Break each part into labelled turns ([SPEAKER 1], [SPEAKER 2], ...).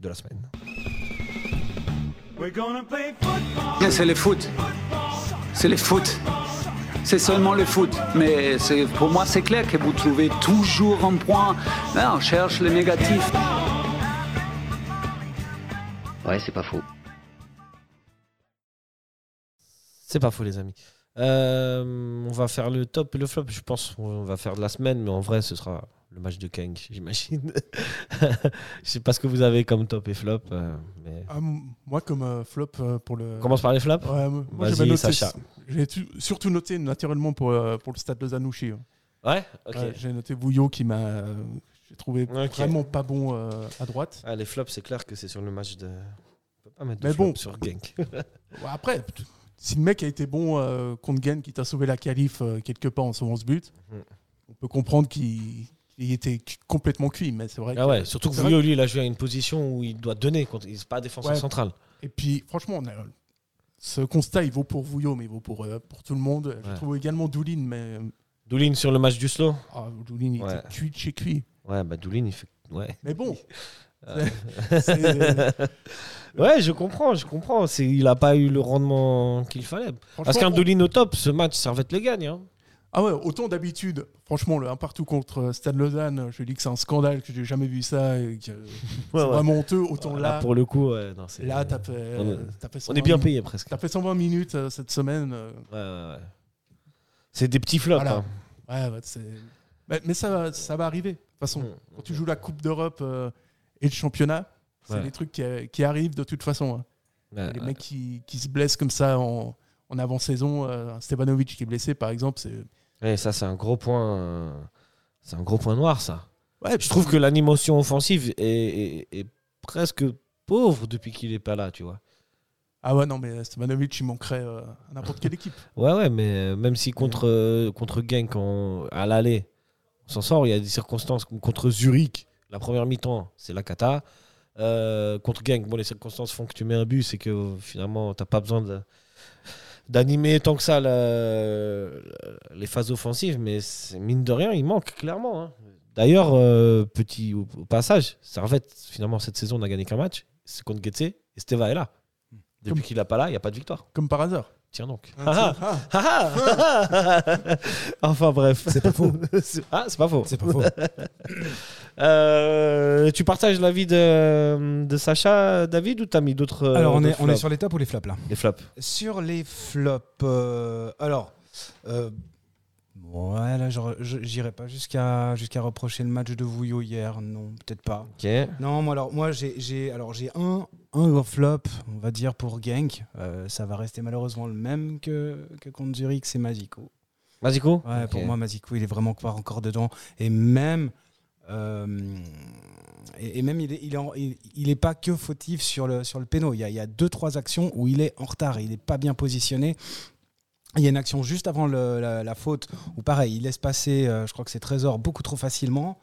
[SPEAKER 1] de la semaine.
[SPEAKER 2] Bien, c'est le foot. C'est le foot. C'est seulement le foot. Mais c'est- pour moi, c'est clair que vous trouvez toujours un point. Là, on cherche le négatif.
[SPEAKER 3] Ouais, c'est pas faux.
[SPEAKER 1] C'est pas faux, les amis. Euh, on va faire le top et le flop, je pense. On va faire de la semaine, mais en vrai, ce sera le match de Kang, j'imagine. je sais pas ce que vous avez comme top et flop. euh, mais...
[SPEAKER 4] Ah, m- moi, comme euh, flop euh, pour le.
[SPEAKER 1] On commence par les flops
[SPEAKER 4] Ouais, moi, j'ai
[SPEAKER 1] Vas-y,
[SPEAKER 4] bien noté-
[SPEAKER 1] Sacha.
[SPEAKER 4] J'ai tu- surtout noté naturellement pour, euh, pour le stade de Zanouchi. hein.
[SPEAKER 1] Ouais Ok.
[SPEAKER 4] Ouais, j'ai noté Vouillot qui m'a. euh, j'ai trouvé
[SPEAKER 1] Ok.
[SPEAKER 4] vraiment pas bon euh, à droite.
[SPEAKER 1] Ah, les flops, c'est clair que c'est sur le match de. On peut pas mettre de
[SPEAKER 4] Mais
[SPEAKER 1] flop
[SPEAKER 4] bon.
[SPEAKER 1] sur Genk.
[SPEAKER 4] Ouais, après, t- si le mec a été bon euh, contre Gen qui t'a sauvé la qualif euh, quelque part en sauvant ce but,
[SPEAKER 1] Mhm.
[SPEAKER 4] on peut comprendre qu'il qu'il était cu- complètement cuit. Mais c'est vrai.
[SPEAKER 1] ah
[SPEAKER 4] que-
[SPEAKER 1] ouais, surtout que
[SPEAKER 4] c'est vrai
[SPEAKER 1] Vouillot, lui, il a joué à une position où il doit donner. contre- Il n'est pas défenseur
[SPEAKER 4] Ouais.
[SPEAKER 1] central.
[SPEAKER 4] Et puis, franchement, on a- ce constat, il vaut pour Vouillot, mais il vaut pour, euh, pour tout le monde. Je
[SPEAKER 1] Ouais.
[SPEAKER 4] trouve également Doulin, mais euh,
[SPEAKER 1] Doulin sur le match du slow
[SPEAKER 4] ah, Doulin, il
[SPEAKER 1] Ouais.
[SPEAKER 4] était cuit de chez cuit.
[SPEAKER 1] Ouais, bah Doulin, il fait. Ouais.
[SPEAKER 4] Mais bon,
[SPEAKER 1] Euh.
[SPEAKER 4] c'est- c'est-
[SPEAKER 1] Ouais, je comprends, je comprends. C'est- Il n'a pas eu le rendement qu'il fallait. Parce
[SPEAKER 4] franchement,
[SPEAKER 1] qu'un
[SPEAKER 4] on-
[SPEAKER 1] Doulin au top, ce match, Servette le gagne. hein.
[SPEAKER 4] Ah ouais, autant d'habitude, franchement, le 1 partout contre euh, Stade Lausanne, je dis que c'est un scandale, que j'ai jamais vu ça, et que c'est
[SPEAKER 1] Ouais, ouais.
[SPEAKER 4] vraiment honteux. Autant
[SPEAKER 1] Là,
[SPEAKER 4] là,
[SPEAKER 1] pour le coup, ouais, non, c'est-
[SPEAKER 4] là, t'as fait, euh,
[SPEAKER 1] on est-
[SPEAKER 4] t'as fait
[SPEAKER 1] on
[SPEAKER 4] 120
[SPEAKER 1] est bien
[SPEAKER 4] minutes-
[SPEAKER 1] payé presque.
[SPEAKER 4] T'as fait 120 minutes euh, cette semaine. euh,
[SPEAKER 1] Ouais, ouais, ouais. C'est des petits flops.
[SPEAKER 4] Voilà.
[SPEAKER 1] hein.
[SPEAKER 4] Ouais, ouais, c'est. Mais, mais ça, ça va arriver. De toute façon,
[SPEAKER 1] Mm.
[SPEAKER 4] quand tu joues la Coupe d'Europe euh, et le championnat, c'est
[SPEAKER 1] Ouais.
[SPEAKER 4] des trucs qui, euh, qui arrivent de toute façon. hein.
[SPEAKER 1] Ouais,
[SPEAKER 4] Les
[SPEAKER 1] ouais.
[SPEAKER 4] mecs qui, qui se blessent comme ça en, en avant-saison, euh, Stevanovic qui est blessé par exemple, c'est.
[SPEAKER 1] Ouais, Eh, ça, c'est un gros point. euh, C'est un gros point noir, ça.
[SPEAKER 4] Ouais,
[SPEAKER 1] Je trouve que l'animation offensive est, est- est presque pauvre depuis qu'il est pas là, tu vois.
[SPEAKER 4] Ah ouais, non, mais Stevanovic, il manquerait euh, à n'importe quelle équipe.
[SPEAKER 1] Ouais, ouais, mais euh, même si contre, euh, contre Genk, on- à l'aller, on s'en sort, il y a des circonstances. comme Contre Zurich, la première mi-temps, c'est la cata. Euh, contre Genk, bon, les circonstances font que tu mets un but, c'est que euh, finalement, t'as pas besoin de- d'animer tant que ça la- les phases offensives, mais c'est- mine de rien, il manque clairement. hein. D'ailleurs, euh, petit au, au passage, Servette, finalement, cette saison, n'a gagné qu'un match, c'est contre Getse, et Steva est là. Depuis
[SPEAKER 4] Hmm. Comme-
[SPEAKER 1] qu'il n'est pas là, il n'y a pas de victoire.
[SPEAKER 4] Comme par hasard.
[SPEAKER 1] Tiens donc.
[SPEAKER 4] Ah,
[SPEAKER 1] Ah, ah, ah. enfin bref. C'est pas faux. ah, c'est pas faux.
[SPEAKER 5] C'est pas faux.
[SPEAKER 1] Euh, tu partages l'avis de, de Sacha, David, ou t'as mis d'autres. euh,
[SPEAKER 5] Alors, on est,
[SPEAKER 1] d'autres
[SPEAKER 5] on est
[SPEAKER 1] flops
[SPEAKER 5] sur les tops ou les flops là
[SPEAKER 1] les flops.
[SPEAKER 5] Sur les flops, euh, alors. euh, ouais, là, genre, je- j'irai pas jusqu'à jusqu'à reprocher le match de Vouillot hier. Non, peut-être pas.
[SPEAKER 1] Ok.
[SPEAKER 5] Non, moi, alors, moi, j'ai- j'ai alors, j'ai un, un gros flop, on va dire, pour Genk. Euh, ça va rester malheureusement le même que, que contre Zurich, c'est Mazico.
[SPEAKER 1] Maziko
[SPEAKER 5] Ouais,
[SPEAKER 1] Ok.
[SPEAKER 5] pour moi, Mazico, il est vraiment pas encore dedans. Et même. euh, et et même, il est, il, est en- il- il est pas que fautif sur le, sur le péno. Il y, a, il y a deux, trois actions où il est en retard, il n'est pas bien positionné. Il y a une action juste avant le- la, la faute où, pareil, il laisse passer, euh, je crois que c'est Trésor, beaucoup trop facilement.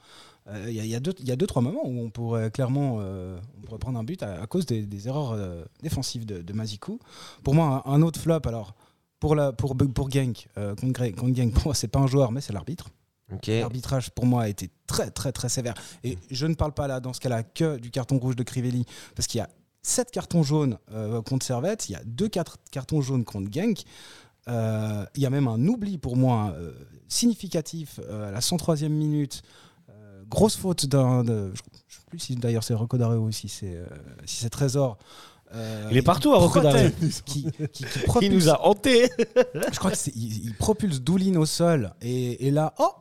[SPEAKER 5] Euh, Il y, a- il y a deux- il y a deux, trois moments où on pourrait clairement euh, on pourrait prendre un but à, à cause des, des erreurs euh, défensives de, de Mazikou. Pour moi, un, un autre flop, alors, pour, la, pour, pour Genk, euh, contre, Gre- contre Genk, pour moi, c'est pas un joueur, mais c'est l'arbitre.
[SPEAKER 1] Ok.
[SPEAKER 5] L'arbitrage, pour moi, a été très, très, très sévère.
[SPEAKER 1] Mm.
[SPEAKER 5] Et je ne parle pas là, dans ce cas-là, que du carton rouge de Crivelli, parce qu'il y a sept cartons jaunes euh, contre Servette, il y a deux quatre cartons jaunes contre Genk. Euh, il y a même un oubli, pour moi, euh, significatif euh, à la 103e minute. Euh, grosse faute d'un. de- Je ne sais plus si d'ailleurs c'est Rocco Dario ou si c'est euh, si c'est Trésor. Euh,
[SPEAKER 1] Il est partout à Rocco Dario.
[SPEAKER 5] Qui, qui, qui
[SPEAKER 1] Il
[SPEAKER 5] propulse-
[SPEAKER 1] nous a hantés.
[SPEAKER 5] je crois qu'il propulse Doulin au sol et, et là, oh,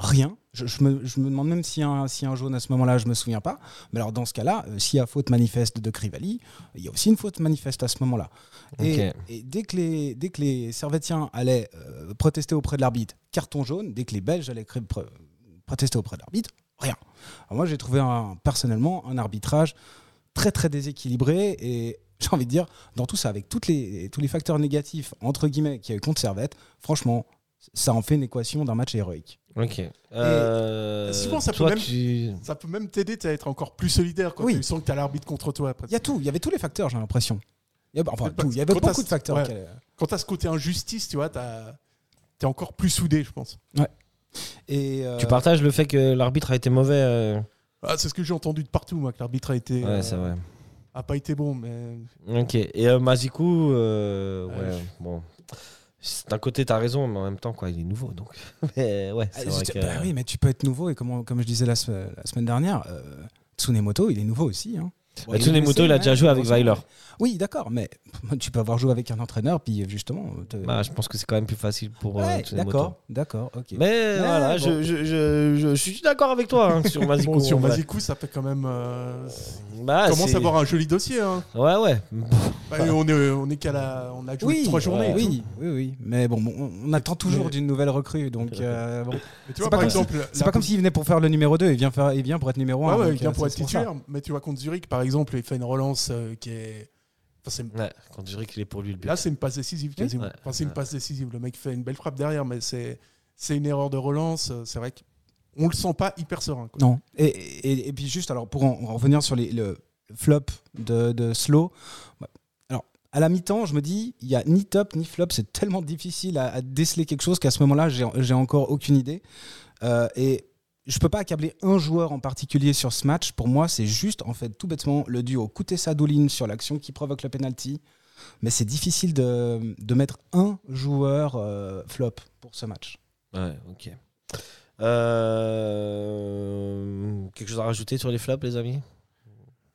[SPEAKER 5] rien. Je, je me, je me demande même si un, si un jaune à ce moment-là, je me souviens pas. Mais alors dans ce cas-là, euh, s'il y a faute manifeste de Crivelli, il y a aussi une faute manifeste à ce moment-là. Et,
[SPEAKER 1] Ok.
[SPEAKER 5] et dès que les dès que les Servetiens allaient euh, protester auprès de l'arbitre, carton jaune. Dès que les Belges allaient cré- pro- protester auprès de l'arbitre, rien. Alors moi, j'ai trouvé un- personnellement un arbitrage très très déséquilibré et j'ai envie de dire dans tout ça avec toutes les, tous les facteurs négatifs entre guillemets qu'il y a eu contre Servette franchement ça en fait une équation d'un match héroïque
[SPEAKER 1] Ok. Euh,
[SPEAKER 4] souvent, ça peut
[SPEAKER 1] toi,
[SPEAKER 4] même-
[SPEAKER 1] tu-
[SPEAKER 4] Ça peut même t'aider t'as à être encore plus solidaire quand
[SPEAKER 5] Oui.
[SPEAKER 4] tu sens que t'as l'arbitre contre toi. après.
[SPEAKER 5] il y a tout il y avait tous les facteurs j'ai l'impression il y avait, enfin,
[SPEAKER 4] Peut-être pas-
[SPEAKER 5] tout, il y avait
[SPEAKER 4] quand
[SPEAKER 5] beaucoup
[SPEAKER 4] t'as-
[SPEAKER 5] de facteurs
[SPEAKER 4] ouais.
[SPEAKER 5] qui allaient-
[SPEAKER 4] Quand t'as ce côté injustice, tu vois, t'as- t'es encore plus soudé, je pense.
[SPEAKER 5] et euh,
[SPEAKER 1] tu partages le fait que l'arbitre a été mauvais. euh,
[SPEAKER 4] Ah, c'est ce que j'ai entendu de partout, moi, que l'arbitre a été. euh,
[SPEAKER 1] Ouais, c'est vrai.
[SPEAKER 4] A pas été bon, mais.
[SPEAKER 1] Ok. Et euh, Mazikou, euh,
[SPEAKER 4] Ouais,
[SPEAKER 1] ouais, bon. C'est- D'un côté, t'as raison, mais en même temps, quoi, il est nouveau, donc. Mais ouais, c'est
[SPEAKER 5] Ah,
[SPEAKER 1] vrai
[SPEAKER 5] je-
[SPEAKER 1] que-
[SPEAKER 5] bah oui, mais tu peux être nouveau et comme, on- comme je disais la, se- la semaine dernière, euh, Tsunemoto, il est nouveau aussi. Hein.
[SPEAKER 1] Bah, Tsunemoto, il a déjà joué avec Weiler.
[SPEAKER 5] Oui, d'accord, mais tu peux avoir joué avec un entraîneur, puis euh, justement. te-
[SPEAKER 1] Bah, je pense que c'est quand même plus facile pour euh,
[SPEAKER 5] ouais,
[SPEAKER 1] Tsunemoto.
[SPEAKER 5] d'accord, d'accord, ok.
[SPEAKER 1] Mais voilà,
[SPEAKER 5] bon.
[SPEAKER 1] je, je, je, je suis d'accord avec toi hein, sur Mazikou.
[SPEAKER 4] Bon, sur
[SPEAKER 1] en vrai.
[SPEAKER 4] Mazikou, ça fait quand même. euh, ça
[SPEAKER 5] Ah,
[SPEAKER 1] Bah,
[SPEAKER 4] commence
[SPEAKER 1] c'est-
[SPEAKER 4] à avoir un joli dossier. hein.
[SPEAKER 1] Ouais, ouais.
[SPEAKER 4] Bah, on est, on est qu'à la. On a joué trois journées. et tout.
[SPEAKER 5] Oui, oui, oui. Mais bon, bon, on, on attend toujours
[SPEAKER 4] Mais-
[SPEAKER 5] d'une nouvelle recrue, donc euh, bon.
[SPEAKER 4] Mais tu vois,
[SPEAKER 5] pas
[SPEAKER 4] par
[SPEAKER 5] comme
[SPEAKER 4] exemple.
[SPEAKER 5] c'est pas comme s'il venait pour faire le numéro 2, il vient, faire, il vient pour être numéro euh, 1.
[SPEAKER 4] Ouais, ouais, il vient pour être titulaire. Mais tu vois, contre Zurich, par exemple, il fait une relance euh, qui est. Enfin, c'est-
[SPEAKER 1] ouais. Quand je dirais qu'il est pour lui le but.
[SPEAKER 4] Là, c'est une passe décisive quasiment.
[SPEAKER 1] Ouais.
[SPEAKER 4] Enfin, c'est une
[SPEAKER 1] Ouais.
[SPEAKER 4] passe décisive. Le mec fait une belle frappe derrière, mais c'est c'est une erreur de relance. Euh, C'est vrai qu'on le sent pas hyper serein. quoi.
[SPEAKER 5] Non. Et, et, et puis juste, alors pour en, en revenir sur les, le le flop de, de Slow, bah, alors à la mi-temps, je me dis, il n'y a ni top ni flop, c'est tellement difficile à, à déceler quelque chose qu'à ce moment-là, j'ai j'ai encore aucune idée. Euh, et je peux pas accabler un joueur en particulier sur ce match. Pour moi, c'est juste, en fait, tout bêtement, le duo Kutesa-Doulin sur l'action qui provoque le penalty. Mais c'est difficile de, de mettre un joueur euh, flop pour ce match.
[SPEAKER 1] Ouais, ok. Euh, Quelque chose à rajouter sur les flops, les amis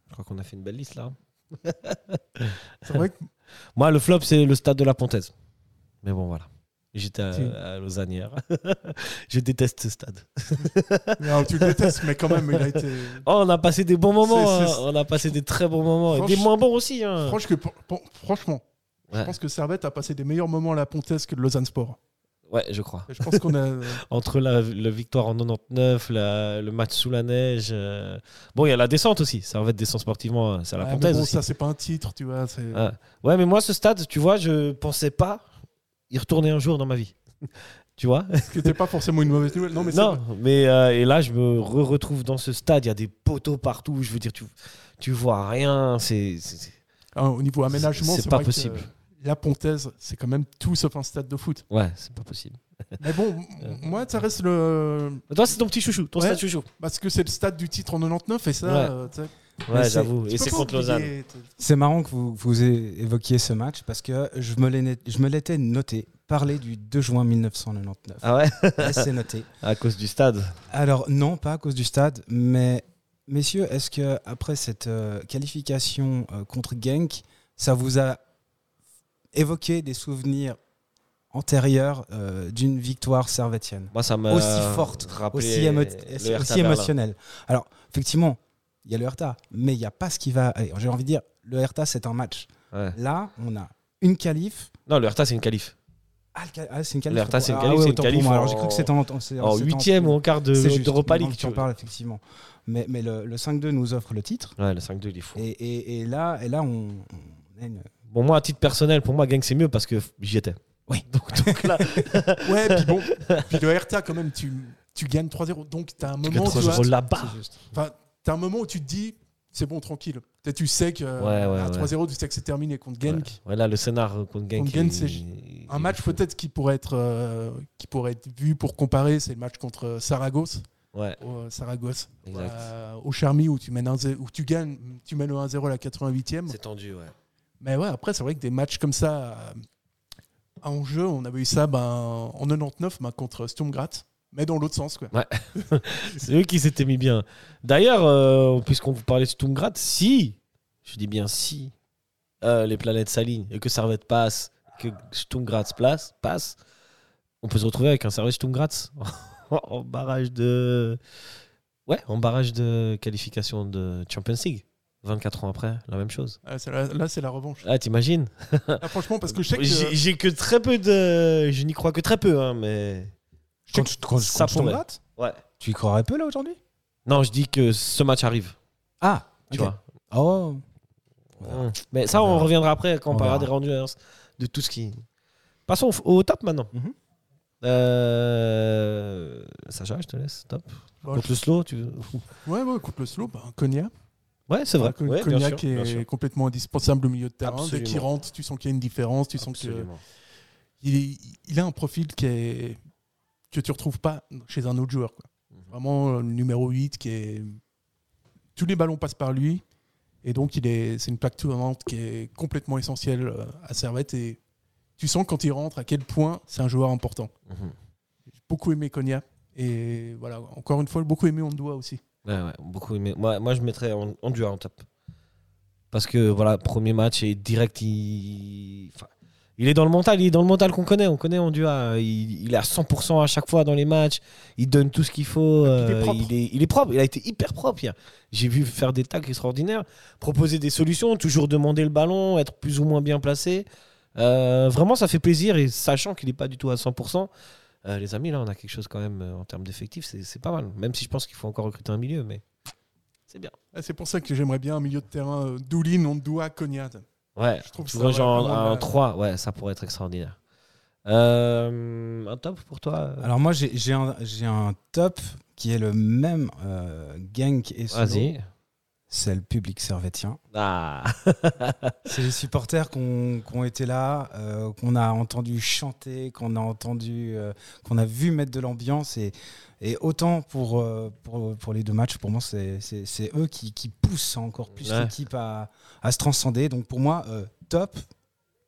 [SPEAKER 1] Je crois qu'on a fait une belle liste là.
[SPEAKER 4] C'est vrai que
[SPEAKER 1] Moi, le flop, c'est le stade de la Pontaise. Mais bon, voilà. J'étais
[SPEAKER 4] Si.
[SPEAKER 1] à, à Lausanne hier. je déteste ce stade.
[SPEAKER 4] non, tu le détestes, mais quand même, il a été.
[SPEAKER 1] Oh, on a passé des bons moments.
[SPEAKER 4] C'est-
[SPEAKER 1] hein.
[SPEAKER 4] c'est-
[SPEAKER 1] On a passé des très bons moments. Et des
[SPEAKER 4] Franch-
[SPEAKER 1] moins bons aussi. hein.
[SPEAKER 4] Franche que pour- pour- franchement, je
[SPEAKER 1] Ouais.
[SPEAKER 4] pense que Servette a passé des meilleurs moments à la Pontaise que de Lausanne Sport.
[SPEAKER 1] Ouais, je crois.
[SPEAKER 4] Et Je pense qu'on a.
[SPEAKER 1] Entre la, la victoire en 99, la- le match sous la neige. euh, Bon, il y a la descente aussi. Ça va être descend sportivement. euh, C'est à la
[SPEAKER 4] Ouais, Ah, mais
[SPEAKER 1] Pontaise
[SPEAKER 4] bon,
[SPEAKER 1] aussi.
[SPEAKER 4] ça, c'est pas un titre, tu vois. c'est-
[SPEAKER 1] Ah. Ouais, mais moi, ce stade, tu vois, je pensais pas y retourner un jour dans ma vie. tu vois
[SPEAKER 4] Ce qui n'était pas forcément une mauvaise nouvelle. Non, mais c'est
[SPEAKER 1] Non,
[SPEAKER 4] vrai.
[SPEAKER 1] mais euh, et là, je me re- retrouve dans ce stade. Il y a des poteaux partout. Je veux dire, tu, tu vois rien. C'est c'est- c'est-
[SPEAKER 4] Ah, au niveau aménagement,
[SPEAKER 1] c'est
[SPEAKER 4] c'est
[SPEAKER 1] pas
[SPEAKER 4] vrai que,
[SPEAKER 1] possible.
[SPEAKER 4] euh, La Pontaise, c'est quand même tout sauf un stade de foot.
[SPEAKER 1] Ouais, c'est pas possible.
[SPEAKER 4] Mais bon, m- moi, ça reste le.
[SPEAKER 1] Mais Toi, c'est ton petit chouchou, ton
[SPEAKER 4] Ouais.
[SPEAKER 1] stade chouchou.
[SPEAKER 4] Parce que c'est le stade du titre en 99 et ça,
[SPEAKER 1] Ouais.
[SPEAKER 4] euh, tu sais,
[SPEAKER 5] Mais
[SPEAKER 1] Ouais,
[SPEAKER 5] c'est-
[SPEAKER 1] j'avoue. Et
[SPEAKER 4] tu peux
[SPEAKER 1] c'est
[SPEAKER 4] pas
[SPEAKER 1] contre
[SPEAKER 4] oublier,
[SPEAKER 1] Lausanne.
[SPEAKER 4] t'es-
[SPEAKER 5] C'est marrant que vous, vous é- évoquiez ce match parce que je me l'ai- je me l'étais noté. Parler du 2 juin 1999.
[SPEAKER 1] Ah ouais
[SPEAKER 5] Ouais, C'est noté.
[SPEAKER 1] À cause du stade.
[SPEAKER 5] Alors, non, pas à cause du stade, mais messieurs, est-ce que après cette euh, qualification euh, contre Genk, ça vous a évoqué des souvenirs antérieurs euh, d'une victoire servétienne
[SPEAKER 1] Moi, ça m'a
[SPEAKER 5] Aussi forte,
[SPEAKER 1] rappelé
[SPEAKER 5] aussi, émo-
[SPEAKER 1] Bah, le
[SPEAKER 5] aussi
[SPEAKER 1] Hertha Berlin.
[SPEAKER 5] émotionnel. Alors, effectivement, il y a le Hertha, mais il n'y a pas ce qui va. allez, J'ai envie de dire, le Hertha, c'est un match.
[SPEAKER 1] Ouais.
[SPEAKER 5] Là, on a une qualif.
[SPEAKER 1] Non, le Hertha, c'est une qualif.
[SPEAKER 5] Ah, le ca- ah, c'est une qualif.
[SPEAKER 1] Le Hertha, c'est une
[SPEAKER 5] Ah
[SPEAKER 1] qualif,
[SPEAKER 5] ouais,
[SPEAKER 1] c'est une
[SPEAKER 5] autant pour
[SPEAKER 1] qualif
[SPEAKER 5] moi. Alors,
[SPEAKER 1] en-
[SPEAKER 5] j'ai cru que c'était en, en- c'est-
[SPEAKER 1] En
[SPEAKER 5] c'était
[SPEAKER 1] huitième ou en quart de
[SPEAKER 5] C'est juste,
[SPEAKER 1] d'Europa
[SPEAKER 5] maintenant
[SPEAKER 1] League.
[SPEAKER 5] que
[SPEAKER 1] tu
[SPEAKER 5] t'en
[SPEAKER 1] vois.
[SPEAKER 5] parles, effectivement. Mais, mais le, le 5-2 nous offre le titre.
[SPEAKER 4] hein.
[SPEAKER 1] Ouais, le 5-2, il est fou.
[SPEAKER 5] Et, et- et là, et là, on, on a une-
[SPEAKER 1] Bon, moi, à titre personnel, pour moi, Gang, c'est mieux parce que j'y étais.
[SPEAKER 5] Oui.
[SPEAKER 1] Donc, donc là,
[SPEAKER 4] Ouais, puis bon, puis le RTA quand même, tu, tu gagnes 3-0. Donc t'as un moment, tu vois,
[SPEAKER 1] je là-bas.
[SPEAKER 5] c'est juste.
[SPEAKER 4] enfin, t'as un moment où tu te dis, c'est bon, tranquille. Peut-être tu sais que
[SPEAKER 1] Ouais, ouais,
[SPEAKER 4] à
[SPEAKER 1] ouais.
[SPEAKER 4] 3-0, tu sais que c'est terminé contre Genk.
[SPEAKER 1] Ouais, là, le scénar euh, contre Genk.
[SPEAKER 4] Contre Genk,
[SPEAKER 1] il-
[SPEAKER 4] c'est
[SPEAKER 1] il-
[SPEAKER 4] Un
[SPEAKER 1] il-
[SPEAKER 4] match peut-être qui pourrait être euh, qui pourrait être vu pour comparer, c'est le match contre euh, Saragosse,
[SPEAKER 1] Ouais,
[SPEAKER 4] au, euh, Saragosse,
[SPEAKER 1] exact.
[SPEAKER 4] euh, au Charmy où tu mènes un zé- où tu gagnes, tu mènes le 1-0 à la 88e.
[SPEAKER 1] C'est tendu, ouais.
[SPEAKER 4] Mais ouais, après c'est vrai que des matchs comme ça euh, en jeu, on avait eu ça ben, en 99 ben, contre Sturm Graz, mais dans l'autre sens quoi.
[SPEAKER 1] C'est eux qui s'étaient mis bien. D'ailleurs, euh, puisqu'on vous parlait de Stumgrat, si, je dis bien si, euh, les planètes s'alignent et que Servette passe, que Stumgratz place, passe, on peut se retrouver avec un Servette Stumgratz en barrage de. Ouais, en barrage de qualification de Champions League. 24 ans après, la même chose.
[SPEAKER 4] Ah, c'est la- là c'est la revanche.
[SPEAKER 1] Ah, t'imagines
[SPEAKER 4] Là, franchement parce que je sais que
[SPEAKER 1] J'ai j'ai que très peu de. Je n'y crois que très peu, hein, mais.
[SPEAKER 5] Contre- contre-
[SPEAKER 1] ça
[SPEAKER 5] contre
[SPEAKER 1] pourrait.
[SPEAKER 5] Stuttgart
[SPEAKER 1] Ouais.
[SPEAKER 5] Tu y croirais peu là aujourd'hui
[SPEAKER 1] Non, je dis que ce match arrive,
[SPEAKER 5] Ah,
[SPEAKER 1] tu
[SPEAKER 5] ok.
[SPEAKER 1] vois.
[SPEAKER 5] Oh,
[SPEAKER 1] Mm. Mais ça, on,
[SPEAKER 5] verra.
[SPEAKER 1] reviendra après quand on,
[SPEAKER 5] On
[SPEAKER 1] parlera des
[SPEAKER 5] verra.
[SPEAKER 1] rendus, hein, de tout ce qui. Passons au, au top maintenant.
[SPEAKER 5] Mhm.
[SPEAKER 1] Euh, Sacha, je te laisse. Top.
[SPEAKER 4] Bon,
[SPEAKER 1] Contre le slow, tu.
[SPEAKER 4] Ouais, ouais, contre le slow, ben, Cognac.
[SPEAKER 1] Ouais, c'est vrai.
[SPEAKER 4] Voilà, Cognac
[SPEAKER 1] Ouais, bien sûr,
[SPEAKER 4] est
[SPEAKER 1] bien sûr.
[SPEAKER 4] complètement indispensable au milieu de terrain.
[SPEAKER 1] Absolument.
[SPEAKER 4] Dès qu'il rentre, tu sens qu'il y a une différence. Tu sens que
[SPEAKER 1] Absolument.
[SPEAKER 4] il, est- il a un profil qui est, que tu retrouves pas chez un autre joueur. quoi.
[SPEAKER 1] Mhm.
[SPEAKER 4] Vraiment euh, le numéro 8 qui est tous les ballons passent par lui. Et donc, il est, c'est une plaque tournante qui est complètement essentielle euh, à Servette. Et tu sens quand il rentre à quel point c'est un joueur important.
[SPEAKER 1] Mhm.
[SPEAKER 4] J'ai beaucoup aimé Konya. Et voilà, encore une fois, j'ai beaucoup aimé Ondoa aussi.
[SPEAKER 1] Ouais, ouais, beaucoup aimé. Moi, moi je mettrais en, en duo en top. Parce que voilà, premier match et direct, il. enfin, il est dans le mental, il est dans le mental qu'on connaît, on connaît Ondua. Il, il est à 100% à chaque fois dans les matchs, il donne tout ce qu'il faut.
[SPEAKER 4] il est
[SPEAKER 1] euh,
[SPEAKER 4] propre.
[SPEAKER 1] il, est, il est propre, il a été hyper propre hier. J'ai vu faire des tacs extraordinaires, proposer des solutions, toujours demander le ballon, être plus ou moins bien placé. Euh, vraiment, ça fait plaisir et sachant qu'il n'est pas du tout à 100%, euh, les amis, là, on a quelque chose quand même euh, en termes d'effectifs, c'est c'est pas mal. Même si je pense qu'il faut encore recruter un milieu, mais c'est bien.
[SPEAKER 4] Ah, C'est pour ça que j'aimerais bien un milieu de terrain euh, Doulin, Ondoa, Konya.
[SPEAKER 1] Ouais,
[SPEAKER 4] Je trouve
[SPEAKER 1] tu
[SPEAKER 4] ça
[SPEAKER 1] vois,
[SPEAKER 4] aurait
[SPEAKER 1] genre
[SPEAKER 4] vraiment
[SPEAKER 1] un,
[SPEAKER 4] de la-
[SPEAKER 1] 3, ouais, ça pourrait être extraordinaire. Euh, un top pour toi euh,
[SPEAKER 5] Alors moi, j'ai j'ai un, j'ai un top qui est le même euh, gank et solo.
[SPEAKER 1] Vas-y.
[SPEAKER 5] C'est le public servétien.
[SPEAKER 1] Ah,
[SPEAKER 5] C'est les supporters qui ont été là, euh, qu'on a entendu chanter, qu'on a entendu, euh, qu'on a vu mettre de l'ambiance. Et, et autant pour, euh, pour, pour les deux matchs, pour moi, c'est- c'est c'est eux qui, qui poussent encore plus
[SPEAKER 1] Ouais.
[SPEAKER 5] l'équipe à, à se transcender. Donc pour moi, euh, top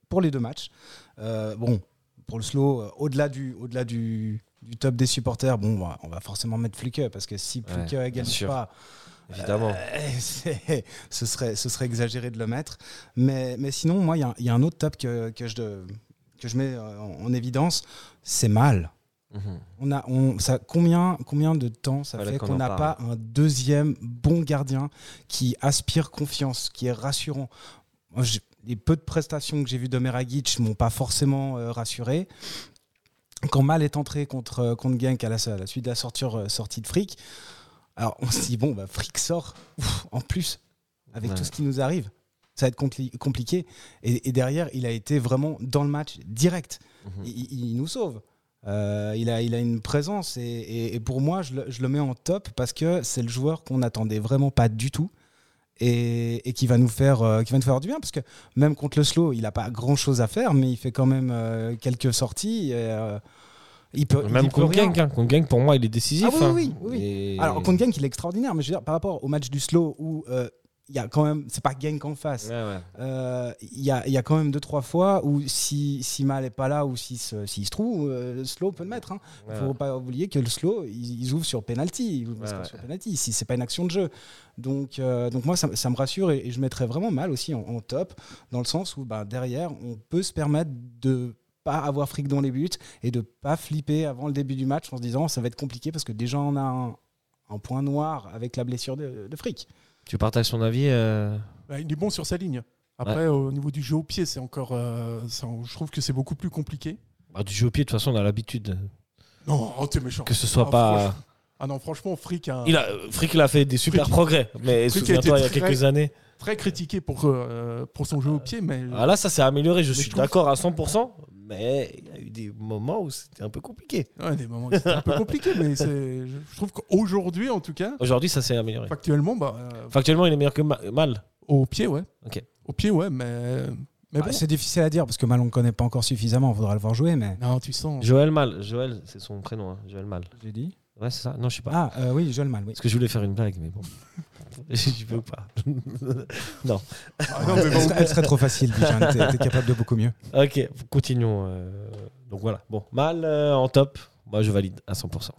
[SPEAKER 5] pour les deux matchs. Euh, bon, pour le slow, euh, au-delà du, au du, du top des supporters, bon, bah, on va forcément mettre Flicker, parce que si
[SPEAKER 1] Ouais,
[SPEAKER 5] Flicker ne
[SPEAKER 1] bien
[SPEAKER 5] gagne
[SPEAKER 1] sûr.
[SPEAKER 5] pas,
[SPEAKER 1] évidemment.
[SPEAKER 5] euh, c'est- ce, serait, ce serait exagéré de le mettre. Mais, mais sinon, moi, il y a un- il y, a un autre top que, que je, de- que je mets euh, en, en évidence, c'est mal.
[SPEAKER 1] Mhm.
[SPEAKER 5] On a, on, ça, combien, combien de temps ça
[SPEAKER 1] Fallait
[SPEAKER 5] fait
[SPEAKER 1] qu'on
[SPEAKER 5] qu'on
[SPEAKER 1] en
[SPEAKER 5] n'a pas
[SPEAKER 1] parle.
[SPEAKER 5] un deuxième bon gardien qui aspire confiance, qui est rassurant Moi, j'ai- Les peu de prestations que j'ai vues d'Omeragic ne m'ont pas forcément euh, rassuré. Quand Mal est entré contre, euh, contre Genk à la, à la suite de la sortir, euh, sortie de Frick, alors on se dit, bon, bah, Frick sort Ouf, en plus avec
[SPEAKER 1] Ouais.
[SPEAKER 5] tout ce qui nous arrive. Ça va être compli- compliqué. Et, et derrière, il a été vraiment dans le match direct
[SPEAKER 1] Mhm.
[SPEAKER 5] il, il- il nous sauve. Euh, il, a, il a une présence et, et- et pour moi, je le, je le mets en top parce que c'est le joueur qu'on n'attendait vraiment pas du tout et, et qui, va nous faire, euh, qui va nous faire du bien parce que même contre le slow, il n'a pas grand chose à faire, mais il fait quand même euh, quelques sorties. et, euh, il peut, il
[SPEAKER 1] Même
[SPEAKER 5] peut
[SPEAKER 1] contre
[SPEAKER 5] rien.
[SPEAKER 1] Gang, hein. Contre Genk, pour moi, il est décisif.
[SPEAKER 5] Ah oui,
[SPEAKER 1] hein.
[SPEAKER 5] oui, oui, oui.
[SPEAKER 1] Et-
[SPEAKER 5] Alors, contre Genk, il est extraordinaire, mais je veux dire, par rapport au match du slow où euh, il y a quand même, c'est pas Genk en face,
[SPEAKER 1] Ouais, ouais.
[SPEAKER 5] euh, il y, a, il y a quand même deux trois fois où si, si Mal n'est pas là ou s'il se, s'il se trouve, euh, le Slow peut le mettre. hein. Il
[SPEAKER 1] Ouais.
[SPEAKER 5] ne faut pas oublier que le Slow, ils, ils ouvrent sur penalty. Ils ouvrent
[SPEAKER 1] Ouais,
[SPEAKER 5] sur-
[SPEAKER 1] ouais.
[SPEAKER 5] sur penalty si c'est pas une action de jeu. Donc, euh, donc moi, ça, ça me rassure et, et je mettrais vraiment Mal aussi en, en top, dans le sens où bah, derrière, on peut se permettre de pas avoir fric dans les buts et de pas flipper avant le début du match en se disant ça va être compliqué parce que déjà on a un, un point noir avec la blessure de, de fric.
[SPEAKER 1] Tu partages son avis euh,
[SPEAKER 4] Ouais, Bah, il est bon sur sa ligne. Après, au niveau du jeu au pied, c'est encore. euh, ça, je trouve que c'est beaucoup plus compliqué.
[SPEAKER 1] bah, Du jeu au pied, de toute façon, on a l'habitude. hein,
[SPEAKER 4] Non, oh, t'es méchant.
[SPEAKER 1] Que ce soit
[SPEAKER 4] Ah,
[SPEAKER 1] pas.
[SPEAKER 4] franchement. Ah non, franchement, Frick, a
[SPEAKER 1] Il a, euh, Frick, il a fait des super
[SPEAKER 4] Frick-
[SPEAKER 1] progrès. Mais
[SPEAKER 4] Frick a
[SPEAKER 1] souviens-toi, il y
[SPEAKER 4] été
[SPEAKER 1] a
[SPEAKER 4] très-
[SPEAKER 1] quelques années.
[SPEAKER 4] très critiqué pour, euh, pour son jeu au pied, mais
[SPEAKER 1] Ah, là, ça s'est amélioré, je
[SPEAKER 4] je
[SPEAKER 1] suis
[SPEAKER 4] trouve-
[SPEAKER 1] d'accord à 100%. Mais il y a eu des moments où c'était un peu compliqué.
[SPEAKER 4] ouais, des moments, c'est un peu compliqué. Mais c'est, je je trouve qu'aujourd'hui, en tout cas,
[SPEAKER 1] Aujourd'hui, ça s'est amélioré.
[SPEAKER 4] factuellement, bah, euh,
[SPEAKER 1] Factuellement, il est meilleur que Ma- Mal.
[SPEAKER 4] au pied, ouais.
[SPEAKER 1] Ok.
[SPEAKER 4] Au pied, ouais, mais, mais
[SPEAKER 5] Ah,
[SPEAKER 4] Eh bon.
[SPEAKER 5] C'est difficile à dire parce que Mal on ne connaît pas encore suffisamment, il faudra le voir jouer, mais
[SPEAKER 4] Non, tu sens.
[SPEAKER 1] Joël Mal. Joël, c'est son prénom. hein. Joël Mal.
[SPEAKER 5] j'ai dit.
[SPEAKER 1] Ouais, c'est ça Non, je sais pas.
[SPEAKER 5] Ah euh, oui, je le mal, oui.
[SPEAKER 1] Parce que je voulais faire une blague, mais bon. Je peux pas.
[SPEAKER 4] Ah non, mais
[SPEAKER 5] elle,
[SPEAKER 4] bon,
[SPEAKER 5] serait, elle serait trop facile, Bijan, t'es t'es capable de beaucoup mieux.
[SPEAKER 1] Ok, continuons. euh, Donc voilà. Bon, Mal euh, en top. Moi, je valide à 100%.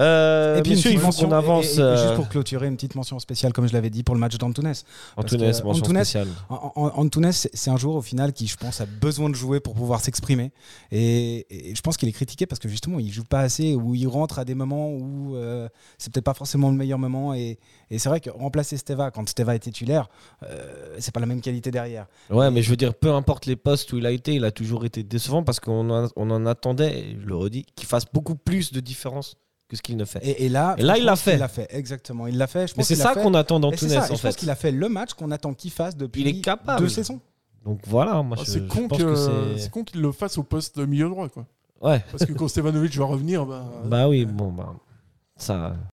[SPEAKER 1] Euh,
[SPEAKER 5] une
[SPEAKER 1] messieurs, il faut
[SPEAKER 5] petite
[SPEAKER 1] qu'on
[SPEAKER 5] mention-
[SPEAKER 1] avance.
[SPEAKER 5] et- et- et juste
[SPEAKER 1] euh,
[SPEAKER 5] pour clôturer, une petite mention spéciale, comme je l'avais dit, pour le match d'Antunes.
[SPEAKER 1] Antunes,
[SPEAKER 5] parce que
[SPEAKER 1] mention
[SPEAKER 5] Antunes-
[SPEAKER 1] spéciale.
[SPEAKER 5] An- An- Antunes, c'est c'est un joueur au final qui, je pense, a besoin de jouer pour pouvoir s'exprimer. Et, et je pense qu'il est critiqué parce que justement, il joue pas assez ou il rentre à des moments où euh, c'est peut-être pas forcément le meilleur moment. Et, et c'est vrai que remplacer Steva, quand Steva est titulaire, euh, c'est pas la même qualité derrière.
[SPEAKER 1] Ouais, mais je veux dire, peu importe les postes où il a été, il a toujours été décevant parce qu'on en- on en attendait, et je le redis, qu'il fasse beaucoup plus de différence que ce qu'il ne fait.
[SPEAKER 5] Et, et là,
[SPEAKER 1] Et là, il l'a fait.
[SPEAKER 5] Il l'a fait, exactement. Il l'a fait. Je
[SPEAKER 1] Mais
[SPEAKER 5] pense
[SPEAKER 1] c'est
[SPEAKER 5] qu'il l'a
[SPEAKER 1] ça
[SPEAKER 5] fait.
[SPEAKER 1] qu'on attend
[SPEAKER 5] Et c'est
[SPEAKER 1] d'Antunes,
[SPEAKER 5] ça, et
[SPEAKER 1] en
[SPEAKER 5] je pense
[SPEAKER 1] fait.
[SPEAKER 5] qu'il a fait le match qu'on attend qu'il fasse depuis
[SPEAKER 1] Il est capable.
[SPEAKER 5] deux saisons.
[SPEAKER 1] Donc voilà, moi,
[SPEAKER 4] ah,
[SPEAKER 1] je,
[SPEAKER 4] c'est,
[SPEAKER 1] je
[SPEAKER 4] con
[SPEAKER 1] pense
[SPEAKER 4] que-
[SPEAKER 1] que
[SPEAKER 4] c'est
[SPEAKER 1] c'est...
[SPEAKER 4] con qu'il le fasse au poste de milieu droit, quoi.
[SPEAKER 1] Ouais,
[SPEAKER 4] Parce que quand Stevanovic va revenir, bah,
[SPEAKER 1] bah oui, bon, bah, ça...